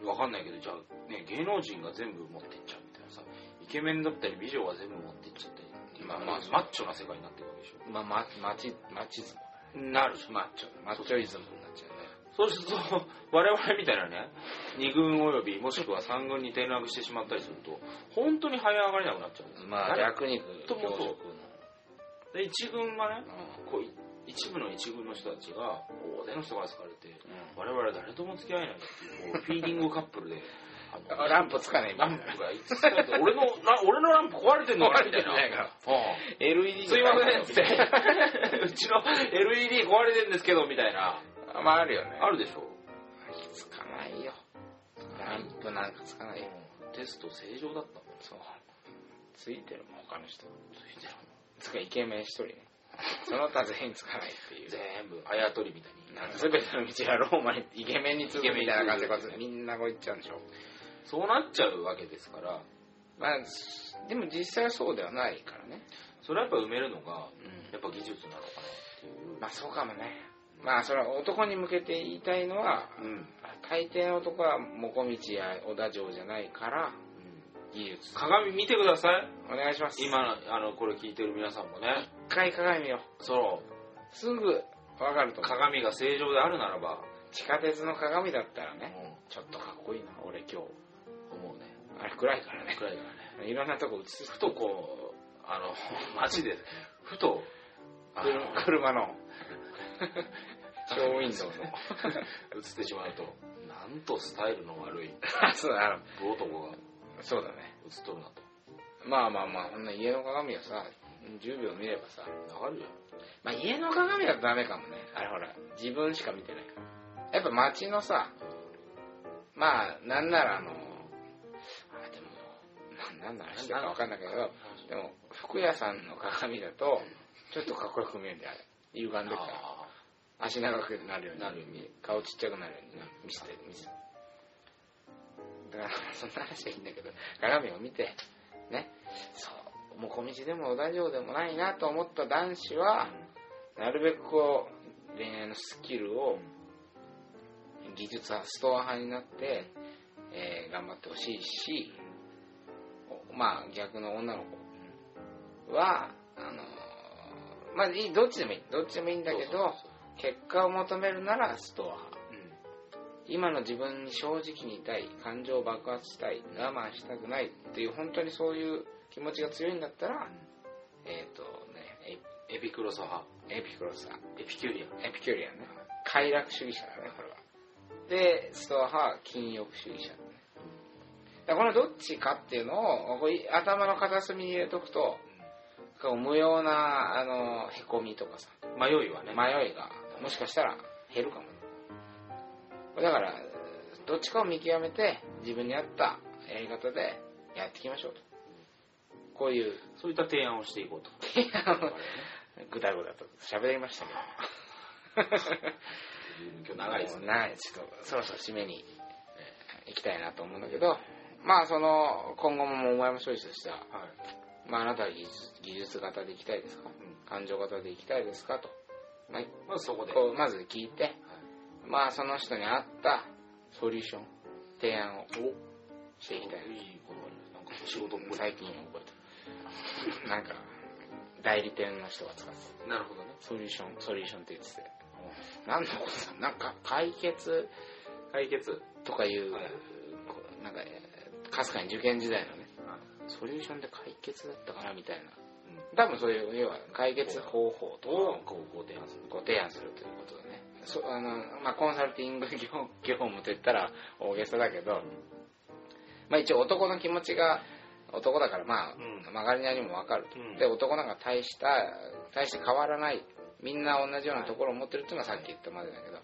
まうと、わかんないけど、じゃあ、ね、芸能人が全部持ってっちゃうみたいなさ、イケメンだったり美女が全部持ってっちゃったり、今、まあ、まあそうマッチョな世界になってるわけでしょ。まあママチマチズムなるでしょ。マッチョマッチョイズムになっちゃうねそうすると、我々みたいなね、2軍及びもしくは3軍に転落してしまったりすると、本当に這い上がれなくなっちゃうんですよまあ誰弱肉強そ食の、うで1軍がね、うこうい一部の一軍の人たちが、大勢の人が好かれて、ん我々誰とも付き合えないって いうこうフィーリングカップルであのあランプつかねえランプがいつかって俺のラ俺のランプ壊れてんのかな みたいな壊れてんじゃないかああ LED すいませんっつって うちの LED 壊れてんですけどみたいなまああるよねあるでしょつかないよランプなんかつかないよテスト正常だったもんそうついてるもん他の人ついてるもつかイケメン一人ねその他全員つかないっていんう全部あやとりみたいになんか全ての道がローマにイケメンに続くみたいな感じでこうみんなこう言っちゃうんでしょそうなっちゃうわけですからまあでも実際はそうではないからねそれはやっぱ埋めるのがうんやっぱ技術なのかなっていうまあそうかもねまあそれは男に向けて言いたいのはうん、うん、大抵の男はもこみちや小田城じゃないから技術鏡見てくださいお願いします今あのこれ聞いてる皆さんもね一回鏡よそうすぐわかると思う鏡が正常であるならば、地下鉄の鏡だったらうねちょっとかっこいいな俺今日思うねあれ暗いからねくらいだねいろんなとこ映すふとこうあの 街でふとあの車車の ショーウィンドウの 映ってしまうとなんとスタイルの悪いあそうだあのブ男が そうだね映っとるなとまあまあまあこんな家の鏡をさ10秒見ればさ、わかるじゃんまあ、家の鏡だとダメかもねあれほら自分しか見てないからやっぱ街のさまあなんならあのあでもななんの話だか分かんないけどでも服屋さんの鏡だとちょっとかっこよく見えるんだよあれ歪んでるからあ足長くなるようになるように顔ちっちゃくなるようにな見せて見せてだから そんな話はいいんだけど鏡を見てねそうもこみちでも小田城でもないなと思った男子はなるべくこう恋愛のスキルを技術はストア派になって、えー頑張ってほしいしおまあ逆の女の子はあのーまあいいどっちでもいいどっちでもいいんだけどそうそう結果を求めるならストア派そううん今の自分に正直にいたい感情を爆発したい我慢したくないっていう本当にそういう気持ちが強いんだったらえっ、とねエピクロス派エエピクロスさんエピキュリアンエピキュリアンね快楽主義者だねこれはでストア派は禁欲主義者だねだからこのどっちかっていうのをこう頭の片隅に入れとくとこう無用なあのへこみとかさ迷いはね迷いがもしかしたら減るかもねだからどっちかを見極めて自分に合ったやり方でやっていきましょうとこう いうそういった提案をしていこうとぐだぐだと喋りましたけど今日長いですね長いちょっとそろそろ締めにえー行きたいなと思うんだけどまあその今後も桃山商事としては、はいまあ、あなたは技術技術型でいきたいですかう感情型でいきたいですかと、まあ、んまずそこでこうまず聞いてまあその人に合ったソリューション提案をしていきたいいいことがあるなんか仕事っぽい最近覚えたなんか代理店の人が使ってたなるほどねソリューションソリューションって言っててなんだこれさなんか解決解決とかいう、はいこうなんかえーかすかに受験時代のねはいソリューションで解決だったかなみたいなうん多分そういう要は解決方法とをこうご提案するご提案するということだねそあの、まあ、コンサルティング業業務と言ったら大げさだけど、まあ、一応男の気持ちが男だからまあ、うん曲がりなりにも分かると、うんで男なんか大した大して変わらないみんな同じようなところを持ってるっていうのはさっき言ったまでだけど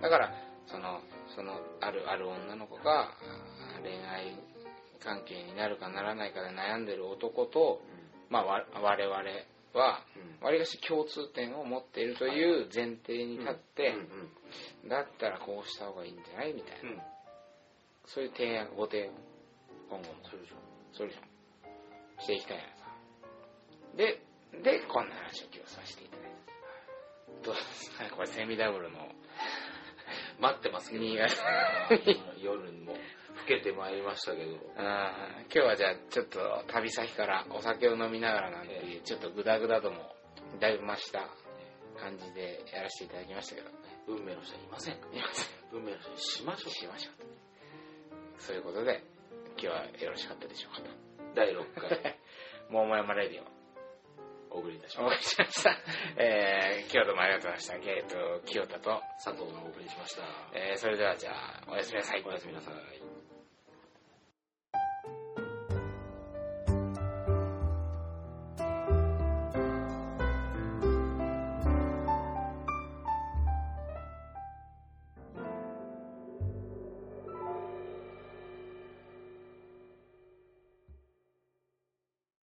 だからそのそのあるある女の子があー恋愛関係になるかならないかで悩んでる男と、まあ、わ我々はわりかし共通点を持っているという前提に立って、うんだったらこうした方がいいんじゃないみたいな、うんうんそういう提案ご提案今後もそれでしょソリューションしていきたいなとででこんな話を今日させていただいたどうですかこれセミダブルの待ってますけど新潟 夜も更けてまいりましたけどあー今日はじゃあちょっと旅先からお酒を飲みながらなんていうちょっとグダグダともだいぶ増した感じでやらせていただきましたけど運命の人はいませんかいます運命の人にしましょうしましょうそういうことで今日はよろしかったでしょうかと第6回桃山レディお送りいたしオおま送りしました、えー、今日どうもありがとうございましたゲート清田と、す佐藤がお送りしました えー、それではじゃあおやすみなさいおやすみなさい